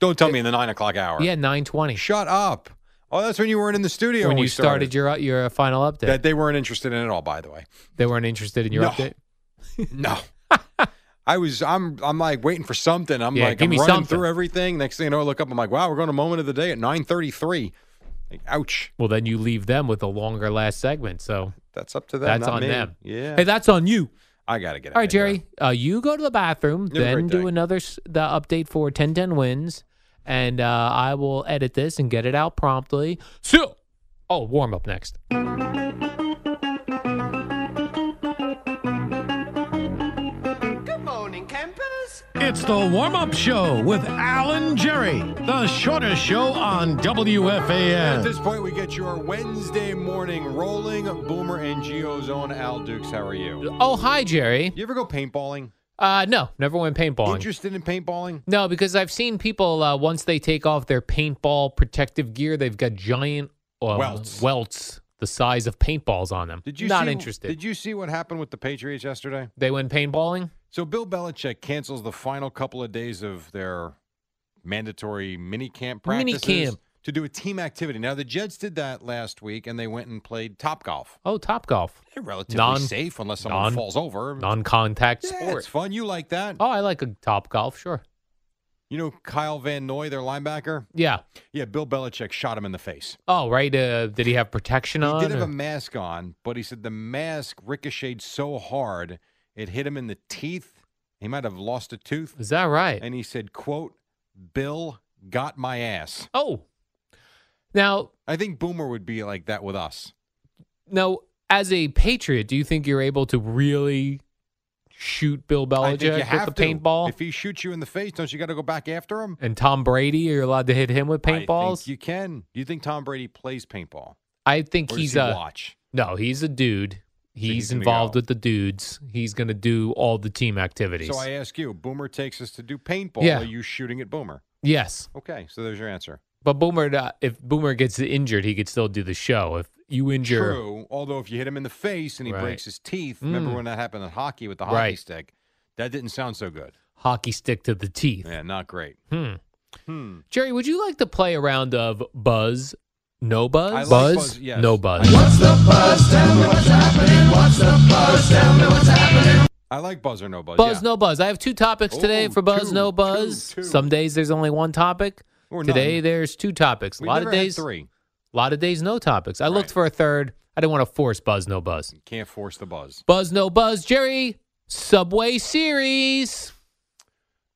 [SPEAKER 1] Don't tell me in the nine o'clock hour.
[SPEAKER 2] yeah, nine twenty
[SPEAKER 1] Shut up. Oh, that's when you weren't in the studio
[SPEAKER 2] when
[SPEAKER 1] we
[SPEAKER 2] you started your your final update.
[SPEAKER 1] that they weren't interested in at all. By the way,
[SPEAKER 2] they weren't interested in your
[SPEAKER 1] No.
[SPEAKER 2] update.
[SPEAKER 1] no. I was I'm I'm like waiting for something. I'm
[SPEAKER 2] Yeah,
[SPEAKER 1] like
[SPEAKER 2] give
[SPEAKER 1] I'm
[SPEAKER 2] me
[SPEAKER 1] running
[SPEAKER 2] something.
[SPEAKER 1] through everything. Next thing you know, I look up. I'm like, wow, we're going to moment of the day at nine thirty three. Like, ouch.
[SPEAKER 2] Well, then you leave them with a longer last segment. So
[SPEAKER 1] That's up to them.
[SPEAKER 2] that's
[SPEAKER 1] not
[SPEAKER 2] on
[SPEAKER 1] me.
[SPEAKER 2] them.
[SPEAKER 1] Yeah.
[SPEAKER 2] Hey, that's on you.
[SPEAKER 1] I gotta get.
[SPEAKER 2] All
[SPEAKER 1] outta
[SPEAKER 2] right,
[SPEAKER 1] here.
[SPEAKER 2] Jerry, uh, you go to the bathroom,
[SPEAKER 1] You have a
[SPEAKER 2] then
[SPEAKER 1] great
[SPEAKER 2] do
[SPEAKER 1] day.
[SPEAKER 2] another s- the update for 1010 wins, and uh, I will edit this and get it out promptly. So, oh, warm up next.
[SPEAKER 3] It's the warm up show with Alan Jerry, the shortest show on
[SPEAKER 1] At
[SPEAKER 3] WFAN.
[SPEAKER 1] this point, we get your Wednesday morning rolling Boomer and Geo's own Al Dukes. How are you?
[SPEAKER 2] Oh, hi, Jerry.
[SPEAKER 1] You ever go paintballing?
[SPEAKER 2] Uh, no, never went paintballing.
[SPEAKER 1] Interested in paintballing?
[SPEAKER 2] No, because I've seen people uh, once they take off their paintball protective gear, they've got giant um,
[SPEAKER 1] Welts.
[SPEAKER 2] welts the size of paintballs on them.
[SPEAKER 1] Did you
[SPEAKER 2] Not
[SPEAKER 1] see,
[SPEAKER 2] interested.
[SPEAKER 1] Did you see what happened with the Patriots yesterday?
[SPEAKER 2] they went paintballing.
[SPEAKER 1] So Bill Belichick cancels the final couple of days of their mandatory mini camp
[SPEAKER 2] Mini
[SPEAKER 1] practices
[SPEAKER 2] camp.
[SPEAKER 1] to do a team activity. Now the Jets did that last week, and they went and played top golf.
[SPEAKER 2] Oh, Top Golf,
[SPEAKER 1] They're relatively
[SPEAKER 2] Non-
[SPEAKER 1] safe unless someone
[SPEAKER 2] non-
[SPEAKER 1] falls over.
[SPEAKER 2] non-contact
[SPEAKER 1] yeah,
[SPEAKER 2] sport.
[SPEAKER 1] it's fun. You like that?
[SPEAKER 2] Oh, I like a Top Golf. Sure.
[SPEAKER 1] You know Kyle Van Noy, their linebacker.
[SPEAKER 2] Yeah.
[SPEAKER 1] Yeah, Bill Belichick shot him in the face.
[SPEAKER 2] Oh, right. Uh, did he have protection on?
[SPEAKER 1] He did have
[SPEAKER 2] or-
[SPEAKER 1] a mask on, but he said the mask ricocheted so hard it hit him in the teeth. He might have lost a tooth.
[SPEAKER 2] Is that right?
[SPEAKER 1] And he said, quote, Bill got my ass.
[SPEAKER 2] oh. Now,
[SPEAKER 1] I think Boomer would be like that with us.
[SPEAKER 2] now, as a Patriot, do you think you're able to really shoot Bill
[SPEAKER 1] I think
[SPEAKER 2] Belichick
[SPEAKER 1] you have
[SPEAKER 2] with
[SPEAKER 1] to.
[SPEAKER 2] the paintball?
[SPEAKER 1] If he shoots you in the face, don't you got to go back after him?
[SPEAKER 2] and Tom Brady, are you allowed to hit him with
[SPEAKER 1] I think
[SPEAKER 2] paintballs?
[SPEAKER 1] you can. Do you think Tom Brady plays paintball?
[SPEAKER 2] I think
[SPEAKER 1] Or
[SPEAKER 2] he's uh,
[SPEAKER 1] does he
[SPEAKER 2] a
[SPEAKER 1] watch.
[SPEAKER 2] no. He's a dude. He's,
[SPEAKER 1] he's gonna
[SPEAKER 2] involved
[SPEAKER 1] go.
[SPEAKER 2] with the dudes. He's going to do all the team activities.
[SPEAKER 1] So I ask you, Boomer takes us to do paintball.
[SPEAKER 2] Yeah.
[SPEAKER 1] Are you shooting at Boomer?
[SPEAKER 2] yes,
[SPEAKER 1] Okay, so there's your answer.
[SPEAKER 2] but Boomer, uh, if Boomer gets injured, he could still do the show. If you injure,
[SPEAKER 1] True. Although if you hit him in the face and he
[SPEAKER 2] Right.
[SPEAKER 1] breaks his teeth, remember
[SPEAKER 2] Mm.
[SPEAKER 1] when that happened in hockey with the hockey
[SPEAKER 2] Right.
[SPEAKER 1] stick? That didn't sound so good.
[SPEAKER 2] hockey stick to the teeth.
[SPEAKER 1] Yeah, not great.
[SPEAKER 2] Hmm.
[SPEAKER 1] Hmm.
[SPEAKER 2] Jerry, would you like to play a round of buzz? No buzz.
[SPEAKER 1] I like
[SPEAKER 2] buzz.
[SPEAKER 1] buzz, yes.
[SPEAKER 2] No buzz.
[SPEAKER 1] I like buzz or no buzz.
[SPEAKER 2] Buzz,
[SPEAKER 1] yeah.
[SPEAKER 2] no buzz. I have two topics today
[SPEAKER 1] Oh,
[SPEAKER 2] for buzz,
[SPEAKER 1] two,
[SPEAKER 2] no
[SPEAKER 1] two,
[SPEAKER 2] buzz.
[SPEAKER 1] two.
[SPEAKER 2] Some days there's only one topic.
[SPEAKER 1] Or
[SPEAKER 2] today
[SPEAKER 1] none.
[SPEAKER 2] there's two topics.
[SPEAKER 1] We've
[SPEAKER 2] a lot
[SPEAKER 1] never
[SPEAKER 2] of
[SPEAKER 1] had
[SPEAKER 2] days,
[SPEAKER 1] three.
[SPEAKER 2] a lot of days, no topics. I looked
[SPEAKER 1] Right.
[SPEAKER 2] for a third. I didn't want to force buzz, no buzz.
[SPEAKER 1] Can't force the buzz.
[SPEAKER 2] Buzz, no buzz. Jerry, Subway Series.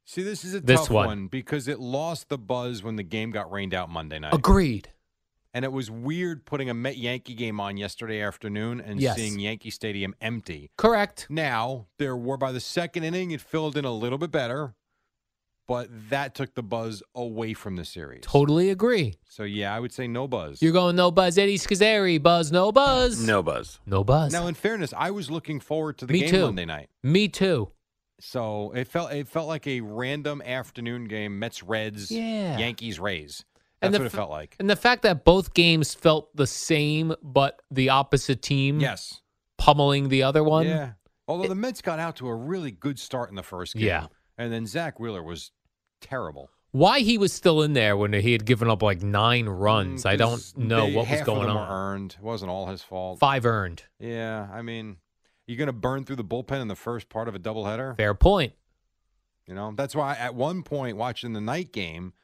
[SPEAKER 1] See, this is a
[SPEAKER 2] This
[SPEAKER 1] tough
[SPEAKER 2] one.
[SPEAKER 1] one. because it lost the buzz when the game got rained out Monday night,
[SPEAKER 2] Agreed.
[SPEAKER 1] and it was weird putting a Met Yankee game on yesterday afternoon and
[SPEAKER 2] Yes.
[SPEAKER 1] seeing Yankee Stadium empty.
[SPEAKER 2] Correct.
[SPEAKER 1] Now there were by the second inning, it filled in a little bit better, but that took the buzz away from the series.
[SPEAKER 2] Totally agree.
[SPEAKER 1] So yeah, I would say no buzz.
[SPEAKER 2] You're going no buzz, Eddie Scazzeri. Buzz, no buzz.
[SPEAKER 4] No buzz.
[SPEAKER 2] No buzz.
[SPEAKER 1] now, in fairness, I was looking forward to the
[SPEAKER 2] Me
[SPEAKER 1] game
[SPEAKER 2] too.
[SPEAKER 1] Monday night.
[SPEAKER 2] Me too.
[SPEAKER 1] So it felt it felt like a random afternoon game. Mets Reds,
[SPEAKER 2] Yeah.
[SPEAKER 1] Yankees Rays. That's
[SPEAKER 2] And the
[SPEAKER 1] what it
[SPEAKER 2] f-
[SPEAKER 1] felt like.
[SPEAKER 2] And the fact that both games felt the same, but the opposite team
[SPEAKER 1] Yes.
[SPEAKER 2] pummeling the other one.
[SPEAKER 1] Yeah. Although the Mets got out to a really good start in the first game.
[SPEAKER 2] Yeah.
[SPEAKER 1] And then Zach Wheeler was terrible.
[SPEAKER 2] Why he was still in there when he had given up like nine runs, I don't
[SPEAKER 1] Mm, 'Cause
[SPEAKER 2] know
[SPEAKER 1] they-
[SPEAKER 2] what was
[SPEAKER 1] half of
[SPEAKER 2] going
[SPEAKER 1] them were
[SPEAKER 2] on.
[SPEAKER 1] earned. It wasn't all his fault.
[SPEAKER 2] Five earned.
[SPEAKER 1] Yeah. I mean, you're going to burn through the bullpen in the first part of a doubleheader.
[SPEAKER 2] Fair point.
[SPEAKER 1] You know, that's why at one point watching the night game,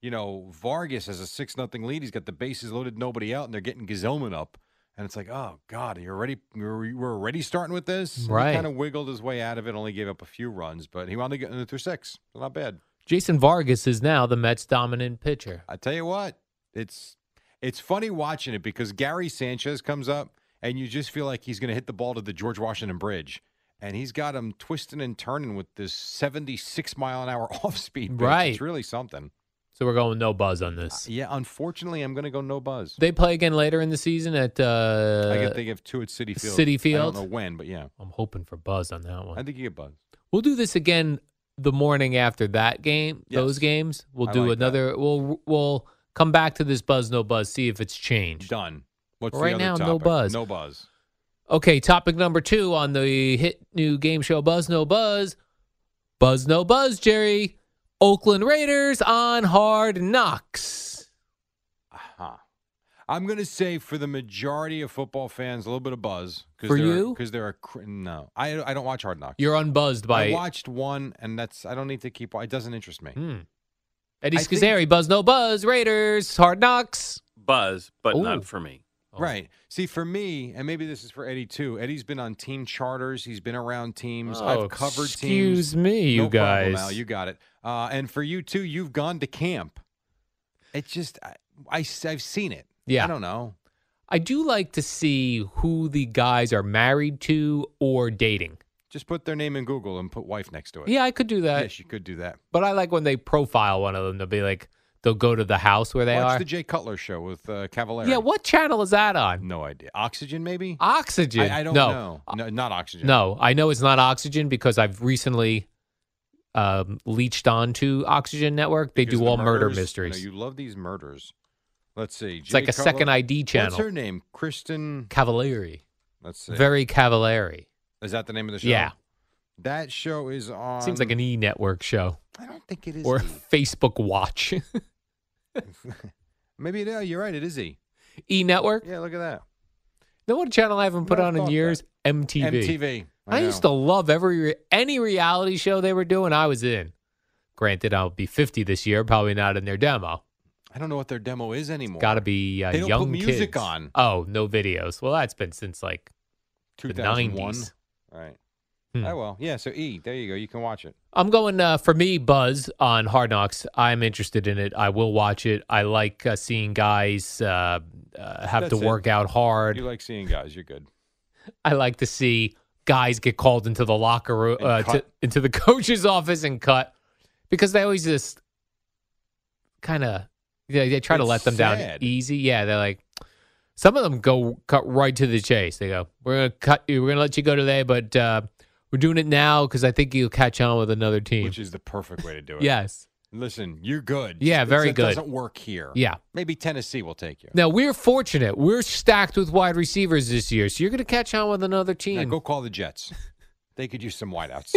[SPEAKER 1] you know, Vargas has a six nothing lead. He's got the bases loaded, nobody out, and they're getting Gazelman up. And it's like, oh God, you're already you're, we're already starting with this. And
[SPEAKER 2] Right.
[SPEAKER 1] He kind of wiggled his way out of it, only gave up a few runs, but he wound up getting it through six. Not bad.
[SPEAKER 2] Jason Vargas is now the Mets' dominant pitcher.
[SPEAKER 1] I tell you what, it's it's funny watching it because Gary Sanchez comes up and you just feel like he's going to hit the ball to the George Washington Bridge, and he's got him twisting and turning with this seventy-six mile an hour off speed. Pitch.
[SPEAKER 2] Right.
[SPEAKER 1] it's really something.
[SPEAKER 2] So we're going no buzz on
[SPEAKER 1] Uh,
[SPEAKER 2] this.
[SPEAKER 1] Yeah, unfortunately, I'm going to go no buzz.
[SPEAKER 2] They play again later in the season at. Uh,
[SPEAKER 1] I get they give two at City Field.
[SPEAKER 2] City
[SPEAKER 1] I don't
[SPEAKER 2] Field?
[SPEAKER 1] know when, but yeah,
[SPEAKER 2] I'm hoping for buzz on that
[SPEAKER 1] I
[SPEAKER 2] one.
[SPEAKER 1] think you get buzz.
[SPEAKER 2] We'll do this again the morning after that game.
[SPEAKER 1] Yes.
[SPEAKER 2] Those games. We'll
[SPEAKER 1] I
[SPEAKER 2] do
[SPEAKER 1] like that.
[SPEAKER 2] another. We'll we'll come back to this buzz no buzz. See if it's changed.
[SPEAKER 1] Done. What's
[SPEAKER 2] Right
[SPEAKER 1] the other
[SPEAKER 2] now, no
[SPEAKER 1] topic?
[SPEAKER 2] buzz.
[SPEAKER 1] No buzz.
[SPEAKER 2] Okay, topic number two on the hit new game show Buzz No Buzz. Buzz No Buzz, Jerry. Oakland Raiders on hard knocks.
[SPEAKER 1] Huh. I'm going to say for the majority of football fans, a little bit of buzz. Cause
[SPEAKER 2] For
[SPEAKER 1] there
[SPEAKER 2] you?
[SPEAKER 1] because there are cr- no. I I don't watch Hard Knocks.
[SPEAKER 2] You're unbuzzed by
[SPEAKER 1] I watched one, and that's I don't need to keep. wa- It doesn't interest me.
[SPEAKER 2] Hmm. Eddie
[SPEAKER 1] I think-
[SPEAKER 2] Scazzeri. Buzz No Buzz, Raiders, hard knocks.
[SPEAKER 4] Buzz, but
[SPEAKER 2] Ooh.
[SPEAKER 3] Oh,
[SPEAKER 4] not for me.
[SPEAKER 2] Oh.
[SPEAKER 1] Right. See, for me, and maybe this is for Eddie too. Eddie's been on team charters. He's been around teams.
[SPEAKER 2] Oh,
[SPEAKER 1] I've covered teams.
[SPEAKER 2] excuse me, you
[SPEAKER 1] no problem,
[SPEAKER 2] guys.
[SPEAKER 1] Al, you got it. Uh, and for you too, you've gone to camp. It's just I, I have seen it.
[SPEAKER 2] Yeah.
[SPEAKER 1] I don't know.
[SPEAKER 2] I do like to see who the guys are married to or dating.
[SPEAKER 1] Just put their name in Google and put wife next to it.
[SPEAKER 2] Yeah, I could do that.
[SPEAKER 1] Yes, you could do that.
[SPEAKER 2] But I like when they profile one of them. They'll be like, they'll go to the house where they
[SPEAKER 1] Watch
[SPEAKER 2] are.
[SPEAKER 1] the Jay Cutler show with uh, Cavallari.
[SPEAKER 2] yeah, what channel is that on?
[SPEAKER 1] No idea. Oxygen, maybe.
[SPEAKER 2] Oxygen.
[SPEAKER 1] I, I don't
[SPEAKER 2] no.
[SPEAKER 1] know. No, not oxygen.
[SPEAKER 2] No, I know it's not Oxygen because I've recently um, leached onto Oxygen Network. They
[SPEAKER 1] Because
[SPEAKER 2] do
[SPEAKER 1] of the
[SPEAKER 2] all murder
[SPEAKER 1] murders.
[SPEAKER 2] mysteries.
[SPEAKER 1] You, know, you love these murders. Let's see.
[SPEAKER 2] It's like a second ID channel.
[SPEAKER 1] What's her name? Kristen.
[SPEAKER 2] Cavalieri.
[SPEAKER 1] Let's see.
[SPEAKER 2] Very Cavalieri.
[SPEAKER 1] Is that the name of the show?
[SPEAKER 2] Yeah.
[SPEAKER 1] That show is on.
[SPEAKER 2] Seems like an E network show
[SPEAKER 1] I don't think it is.
[SPEAKER 2] or a
[SPEAKER 1] E.
[SPEAKER 2] Facebook Watch.
[SPEAKER 1] Maybe it, yeah, you're right. It is E.
[SPEAKER 2] e network?
[SPEAKER 1] Yeah, look at that.
[SPEAKER 2] No one channel I haven't put
[SPEAKER 1] No, I
[SPEAKER 2] on in
[SPEAKER 1] thought
[SPEAKER 2] years? MTV.
[SPEAKER 1] MTV.
[SPEAKER 2] I,
[SPEAKER 1] know.
[SPEAKER 2] used to love every re- any reality show they were doing. I was in. Granted, I'll be fifty this year. Probably not in their demo.
[SPEAKER 1] I don't know what their demo is anymore.
[SPEAKER 2] Got to be uh,
[SPEAKER 1] They don't
[SPEAKER 2] young
[SPEAKER 1] put music
[SPEAKER 2] kids.
[SPEAKER 1] on.
[SPEAKER 2] Oh, no videos. Well, that's been since like the
[SPEAKER 1] 2001.
[SPEAKER 2] nineties.
[SPEAKER 1] Right.
[SPEAKER 2] Hmm.
[SPEAKER 1] Oh well. Yeah. So E. There you go. You can watch it.
[SPEAKER 2] I'm going uh, for me, Buzz on Hard Knocks. I'm interested in it. I will watch it. I like uh, seeing guys uh, uh, have to
[SPEAKER 1] That's it.
[SPEAKER 2] work out hard.
[SPEAKER 1] You like seeing guys. You're good.
[SPEAKER 2] I like to see guys get called into the locker room,
[SPEAKER 1] And
[SPEAKER 2] uh, to,
[SPEAKER 1] cut.
[SPEAKER 2] into the coach's office and cut because they always just kind of they, they try to
[SPEAKER 1] It's
[SPEAKER 2] let them down
[SPEAKER 1] sad.
[SPEAKER 2] easy. Yeah, they're like some of them go cut right to the chase. They go, "We're gonna cut you. We're gonna let you go today, but uh, we're doing it now because I think you'll catch on with another team."
[SPEAKER 1] Which is the perfect way to do it.
[SPEAKER 2] yes.
[SPEAKER 1] Listen, you're good.
[SPEAKER 2] Yeah,
[SPEAKER 1] It's-
[SPEAKER 2] very
[SPEAKER 1] it
[SPEAKER 2] good.
[SPEAKER 1] Doesn't work here.
[SPEAKER 2] Yeah.
[SPEAKER 1] Maybe Tennessee will take you.
[SPEAKER 2] Now we're fortunate. We're stacked with wide receivers this year, so you're gonna catch on with another
[SPEAKER 1] Now
[SPEAKER 2] team.
[SPEAKER 1] go call the Jets. they could use some wideouts.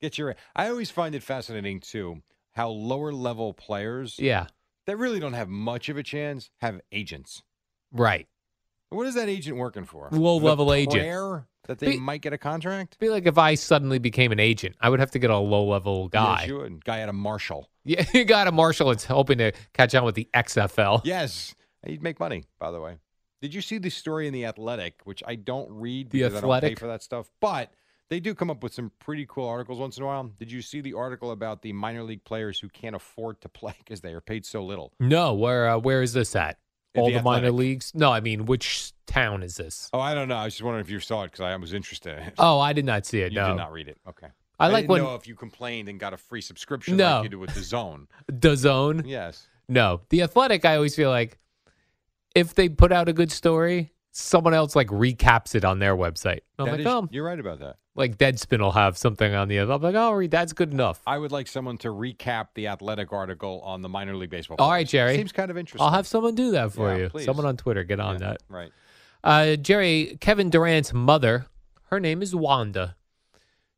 [SPEAKER 1] Get your. I always find it fascinating too how lower level players
[SPEAKER 2] yeah.
[SPEAKER 1] that really don't have much of a chance have agents.
[SPEAKER 2] Right.
[SPEAKER 1] What is that agent working for?
[SPEAKER 2] Low-level
[SPEAKER 1] The
[SPEAKER 2] agent.
[SPEAKER 1] prayer That they
[SPEAKER 2] Be-
[SPEAKER 1] might get a contract.
[SPEAKER 2] be like if I suddenly became an agent, I would have to get a low level
[SPEAKER 1] Yes,
[SPEAKER 2] guy.
[SPEAKER 1] you would. Guy at a Marshall.
[SPEAKER 2] Yeah, you got a marshal that's hoping to catch on with the XFL.
[SPEAKER 1] Yes, he'd make money. By the way, did you see the story in the Athletic, which I don't read
[SPEAKER 2] The
[SPEAKER 1] because I don't
[SPEAKER 2] Athletic?
[SPEAKER 1] pay for that stuff, but they do come up with some pretty cool articles once in a while. Did you see the article about the minor league players who can't afford to play because they are paid so little?
[SPEAKER 2] No, where uh, where is this at?
[SPEAKER 1] At
[SPEAKER 2] All
[SPEAKER 1] the
[SPEAKER 2] the, minor
[SPEAKER 1] Athletic.
[SPEAKER 2] leagues? No, I mean which town is this?
[SPEAKER 1] Oh, I don't know. I was just wondering if you saw it because I was interested. In it.
[SPEAKER 2] Oh, I did not see
[SPEAKER 1] you
[SPEAKER 2] it. no,
[SPEAKER 1] did not read it. Okay.
[SPEAKER 2] I like
[SPEAKER 1] didn't
[SPEAKER 2] when-
[SPEAKER 1] know if you complained and got a free subscription
[SPEAKER 2] No.
[SPEAKER 1] like you do with the Zone.
[SPEAKER 2] the zone.
[SPEAKER 1] yes.
[SPEAKER 2] No, the athletic. I always feel like if they put out a good story, someone else like recaps it on their website. I'm
[SPEAKER 1] That
[SPEAKER 2] like,
[SPEAKER 1] is-
[SPEAKER 2] oh,
[SPEAKER 1] you're right about that.
[SPEAKER 2] like Deadspin will have something on the other. I'm like, oh, read that's good enough.
[SPEAKER 1] I would like someone to recap the athletic article on the minor league baseball.
[SPEAKER 2] All right,
[SPEAKER 1] players.
[SPEAKER 2] Jerry.
[SPEAKER 1] Seems kind of interesting.
[SPEAKER 2] I'll have someone do that for
[SPEAKER 1] Yeah,
[SPEAKER 2] you.
[SPEAKER 1] please.
[SPEAKER 2] Someone on Twitter, get on
[SPEAKER 1] Yeah,
[SPEAKER 2] that.
[SPEAKER 1] Right.
[SPEAKER 2] Uh, Jerry, Kevin Durant's mother, her name is Wanda.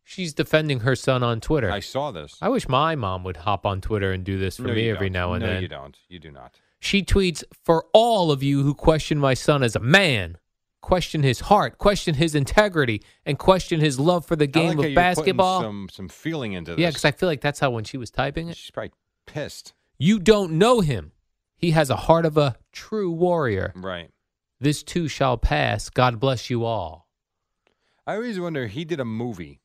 [SPEAKER 2] She's defending her son on Twitter.
[SPEAKER 1] I
[SPEAKER 2] I,
[SPEAKER 1] saw this.
[SPEAKER 2] wish my mom would hop on Twitter and do this Uh, for
[SPEAKER 1] No,
[SPEAKER 2] me
[SPEAKER 1] you
[SPEAKER 2] every
[SPEAKER 1] don't.
[SPEAKER 2] now and
[SPEAKER 1] no,
[SPEAKER 2] then.
[SPEAKER 1] you don't. You do not.
[SPEAKER 2] She tweets For all of you who question my son as a man, question his heart, question his integrity, and question his love for the
[SPEAKER 1] I like
[SPEAKER 2] game
[SPEAKER 1] how
[SPEAKER 2] of
[SPEAKER 1] you're putting
[SPEAKER 2] basketball.
[SPEAKER 1] Some some feeling into this.
[SPEAKER 2] yeah, because I feel like that's how when she was typing it.
[SPEAKER 1] she's probably pissed.
[SPEAKER 2] You don't know him. He has a heart of a true warrior.
[SPEAKER 1] Right.
[SPEAKER 2] This too shall pass. God bless you all.
[SPEAKER 1] I always wonder. He did a movie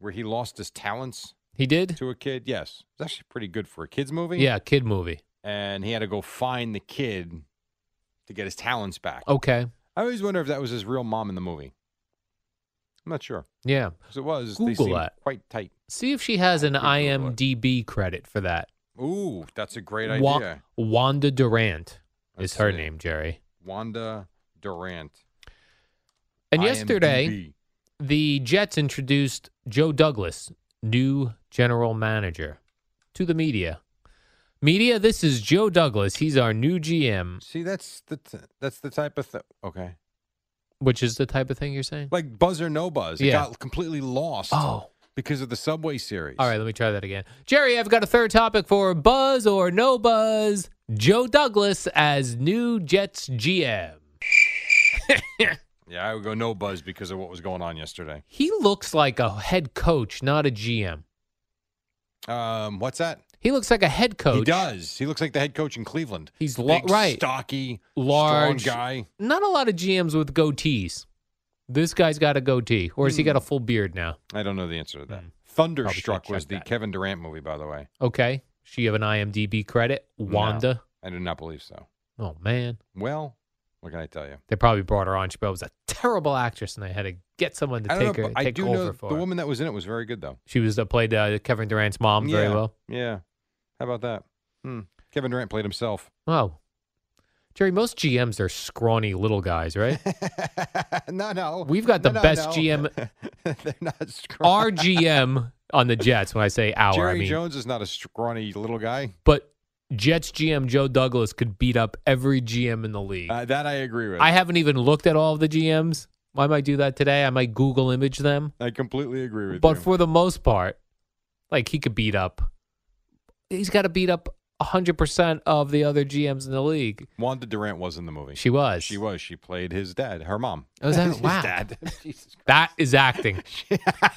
[SPEAKER 1] where he lost his talents
[SPEAKER 2] He did?
[SPEAKER 1] to a kid. Yes, it's actually pretty good for a kids movie.
[SPEAKER 2] Yeah, kid movie.
[SPEAKER 1] and he had to go find the kid to get his talents back.
[SPEAKER 2] Okay.
[SPEAKER 1] I always wonder if that was his real mom in the movie. I'm not sure.
[SPEAKER 2] Yeah.
[SPEAKER 1] 'Cause it was. they
[SPEAKER 2] Google
[SPEAKER 1] seemed
[SPEAKER 2] that.
[SPEAKER 1] Quite tight.
[SPEAKER 2] See if she has an
[SPEAKER 1] Google it.
[SPEAKER 2] IMDb credit for that.
[SPEAKER 1] Ooh, that's a great idea.
[SPEAKER 2] Wa- Wanda Durant
[SPEAKER 1] Let's
[SPEAKER 2] is her
[SPEAKER 1] see.
[SPEAKER 2] name, Jerry.
[SPEAKER 1] Wanda Durant.
[SPEAKER 2] And yesterday,
[SPEAKER 1] IMDb.
[SPEAKER 2] the Jets introduced Joe Douglas, new general manager, to the media. Media, this is Joe Douglas. He's our new GM,
[SPEAKER 1] See, that's the t- that's the type of thing. Okay,
[SPEAKER 2] which is the type of thing you're saying?
[SPEAKER 1] like buzz or no buzz. It
[SPEAKER 2] Yeah.
[SPEAKER 1] got completely lost
[SPEAKER 2] Oh.
[SPEAKER 1] because of the Subway series.
[SPEAKER 2] All right, let me try that again. Jerry, I've got a third topic for buzz or no buzz. Joe Douglas as new Jets GM.
[SPEAKER 1] Yeah, I would go no buzz because of what was going on yesterday.
[SPEAKER 2] He looks like a head coach, not a GM.
[SPEAKER 1] Um, what's that?
[SPEAKER 2] He looks like a head coach.
[SPEAKER 1] He does. He looks like the head coach in Cleveland.
[SPEAKER 2] He's lo-
[SPEAKER 1] Big,
[SPEAKER 2] right.
[SPEAKER 1] stocky,
[SPEAKER 2] Large.
[SPEAKER 1] strong guy.
[SPEAKER 2] Not a lot of GMs with goatees. This guy's got a goatee, or
[SPEAKER 1] Hmm.
[SPEAKER 2] has he got a full beard now?
[SPEAKER 1] I don't know the answer to that.
[SPEAKER 2] Hmm.
[SPEAKER 1] Thunderstruck
[SPEAKER 2] should
[SPEAKER 1] was
[SPEAKER 2] check
[SPEAKER 1] the
[SPEAKER 2] that.
[SPEAKER 1] Kevin Durant movie, by the way.
[SPEAKER 2] Okay. She have an IMDb credit. Wanda.
[SPEAKER 1] I do not believe so.
[SPEAKER 2] Oh man,
[SPEAKER 1] Well, what can I tell you?
[SPEAKER 2] they probably brought her on. She probably was a terrible actress, and they had to get someone to
[SPEAKER 1] I
[SPEAKER 2] take
[SPEAKER 1] don't know,
[SPEAKER 2] her,
[SPEAKER 1] but I
[SPEAKER 2] take
[SPEAKER 1] do
[SPEAKER 2] over
[SPEAKER 1] know
[SPEAKER 2] for
[SPEAKER 1] the
[SPEAKER 2] her.
[SPEAKER 1] woman that was in it was very good though.
[SPEAKER 2] She was uh, played uh, Kevin Durant's mom very
[SPEAKER 1] yeah.
[SPEAKER 2] well.
[SPEAKER 1] Yeah. How about that? Hmm. Kevin Durant played himself.
[SPEAKER 2] Oh. Jerry, most GMs are scrawny little guys, right?
[SPEAKER 1] no, no.
[SPEAKER 2] We've got the
[SPEAKER 1] No, no,
[SPEAKER 2] best
[SPEAKER 1] no.
[SPEAKER 2] GM.
[SPEAKER 1] They're not scrawny.
[SPEAKER 2] Our GM on the Jets, when I say our,
[SPEAKER 1] Jerry
[SPEAKER 2] I mean,
[SPEAKER 1] Jones is not a scrawny little guy.
[SPEAKER 2] but Jets GM Joe Douglas could beat up every GM in the league.
[SPEAKER 1] Uh, that I agree with.
[SPEAKER 2] I haven't even looked at all of the GMs. I might do that today. I might Google image them.
[SPEAKER 1] I completely agree with
[SPEAKER 2] But
[SPEAKER 1] you.
[SPEAKER 2] for the most part, like he could beat up. He's got to beat up 100% of the other GMs in the league.
[SPEAKER 1] Wanda Durant was in the movie.
[SPEAKER 2] She was.
[SPEAKER 1] She was. She played his dad, her mom.
[SPEAKER 2] Oh, is that-
[SPEAKER 1] His
[SPEAKER 2] wow.
[SPEAKER 1] dad. Jesus
[SPEAKER 2] That is acting.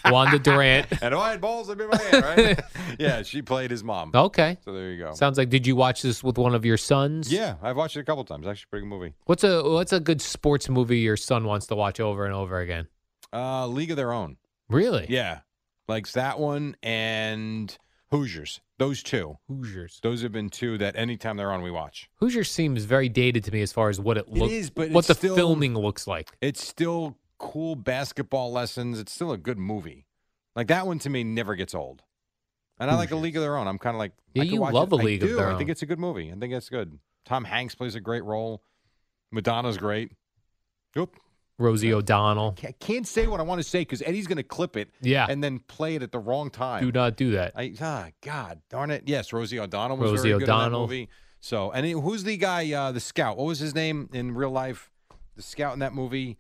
[SPEAKER 2] Wanda Durant.
[SPEAKER 1] and oh, I had balls in my hand, right? yeah, she played his mom.
[SPEAKER 2] Okay.
[SPEAKER 1] So there you go.
[SPEAKER 2] Sounds like did you watch this with one of your sons?
[SPEAKER 1] Um, yeah, I've watched it a couple times. Actually, pretty good movie.
[SPEAKER 2] What's a what's a good sports movie your son wants to watch over and over again?
[SPEAKER 1] Uh, League of Their Own.
[SPEAKER 2] Really?
[SPEAKER 1] Yeah, like that one and Hoosiers. Those two.
[SPEAKER 2] Hoosiers.
[SPEAKER 1] Those have been two that anytime they're on, we watch.
[SPEAKER 2] Hoosiers seems very dated to me as far as what it
[SPEAKER 1] It
[SPEAKER 2] looks
[SPEAKER 1] is, but
[SPEAKER 2] what
[SPEAKER 1] it's
[SPEAKER 2] the
[SPEAKER 1] still-
[SPEAKER 2] filming looks like.
[SPEAKER 1] It's still cool basketball lessons. It's still a good movie. Like that one to me never gets old. And I like a League of Their Own. I'm kind of like
[SPEAKER 2] Hmm. Yeah,
[SPEAKER 1] I could
[SPEAKER 2] you
[SPEAKER 1] watch
[SPEAKER 2] love
[SPEAKER 1] it.
[SPEAKER 2] A League
[SPEAKER 1] I
[SPEAKER 2] of
[SPEAKER 1] do.
[SPEAKER 2] Their
[SPEAKER 1] I think
[SPEAKER 2] Own.
[SPEAKER 1] it's a good movie. I think it's good. Tom Hanks plays a great role. Madonna's great. Oop.
[SPEAKER 2] Rosie O'Donnell.
[SPEAKER 1] I can't say what I want to say because Eddie's going to clip it
[SPEAKER 2] Yeah.
[SPEAKER 1] and then play it at the wrong time.
[SPEAKER 2] Do not do that.
[SPEAKER 1] I ah, God darn it! Yes, Rosie O'Donnell was
[SPEAKER 2] Rosie
[SPEAKER 1] very
[SPEAKER 2] O'Donnell.
[SPEAKER 1] good in that movie. So, and it- who's the guy? Uh, the scout. What was his name in real life? The scout in that movie.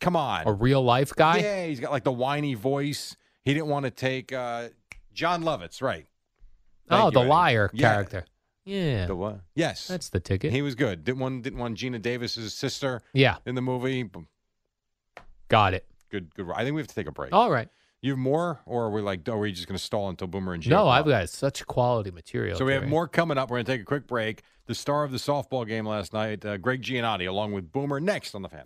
[SPEAKER 1] Come on.
[SPEAKER 2] A real life guy?
[SPEAKER 1] Yeah, he's got like the whiny voice. He didn't want to take uh, John Lovitz, right? Thank
[SPEAKER 2] oh,
[SPEAKER 1] you,
[SPEAKER 2] the
[SPEAKER 1] Eddie.
[SPEAKER 2] liar
[SPEAKER 1] Yeah.
[SPEAKER 2] character. Yeah.
[SPEAKER 1] The what? Yes,
[SPEAKER 2] That's the ticket.
[SPEAKER 1] he was good. Didn't want didn't want Gina Davis's sister
[SPEAKER 2] yeah.
[SPEAKER 1] in the movie. Boom.
[SPEAKER 2] Got it.
[SPEAKER 1] Good, good. I think we have to take a break.
[SPEAKER 2] All right.
[SPEAKER 1] You have more, or are we like, are we just going to stall until Boomer and Gina?
[SPEAKER 2] No,
[SPEAKER 1] come
[SPEAKER 2] I've
[SPEAKER 1] up?
[SPEAKER 2] got such quality material.
[SPEAKER 1] So we have
[SPEAKER 2] today.
[SPEAKER 1] more coming up. We're going to take a quick break. The star of the softball game last night, uh, Greg Giannotti, along with Boomer, next on the fan.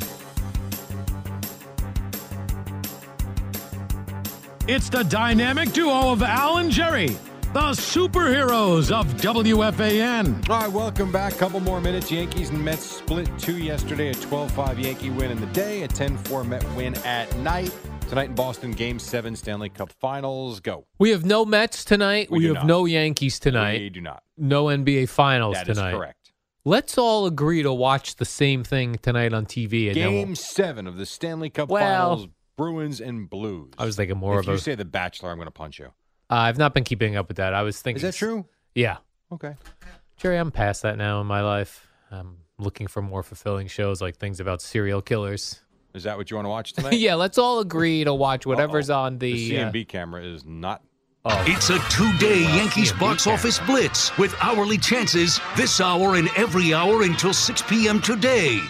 [SPEAKER 3] It's the dynamic duo of Al and Jerry, the superheroes of WFAN.
[SPEAKER 1] All right, welcome back. Couple more minutes. Yankees and Mets split two yesterday. A 12-5 Yankee win in the day. A 10-4 Met win at night. Tonight in Boston, Game Seven Stanley Cup Finals. Go.
[SPEAKER 2] We have no Mets tonight.
[SPEAKER 1] We
[SPEAKER 2] We,
[SPEAKER 1] do
[SPEAKER 2] have
[SPEAKER 1] not.
[SPEAKER 2] no Yankees tonight.
[SPEAKER 1] We do not.
[SPEAKER 2] no NBA Finals
[SPEAKER 1] That is
[SPEAKER 2] tonight.
[SPEAKER 1] correct.
[SPEAKER 2] Let's all agree to watch the same thing tonight on TV. And then we'll-
[SPEAKER 1] Game Seven of the Stanley Cup
[SPEAKER 2] Well-
[SPEAKER 1] Finals. Bruins and Blues.
[SPEAKER 2] I was thinking more
[SPEAKER 1] if
[SPEAKER 2] of
[SPEAKER 1] you
[SPEAKER 2] a.
[SPEAKER 1] say the Bachelor, I'm going to punch you.
[SPEAKER 2] uh, I've not been keeping up with that. I was thinking.
[SPEAKER 1] Is that true?
[SPEAKER 2] Yeah,
[SPEAKER 1] Okay.
[SPEAKER 2] Jerry, I'm past that now in my life. I'm looking for more fulfilling shows like things about serial killers.
[SPEAKER 1] Is that what you want to watch tonight?
[SPEAKER 2] yeah, let's all agree to watch whatever's
[SPEAKER 1] Uh-oh.
[SPEAKER 2] on the.
[SPEAKER 1] The
[SPEAKER 2] uh,
[SPEAKER 1] CMB camera is not.
[SPEAKER 4] It's a two day Yankees
[SPEAKER 2] yeah,
[SPEAKER 4] box
[SPEAKER 2] we can.
[SPEAKER 4] office blitz with hourly chances this hour and every hour until 6 p.m. today.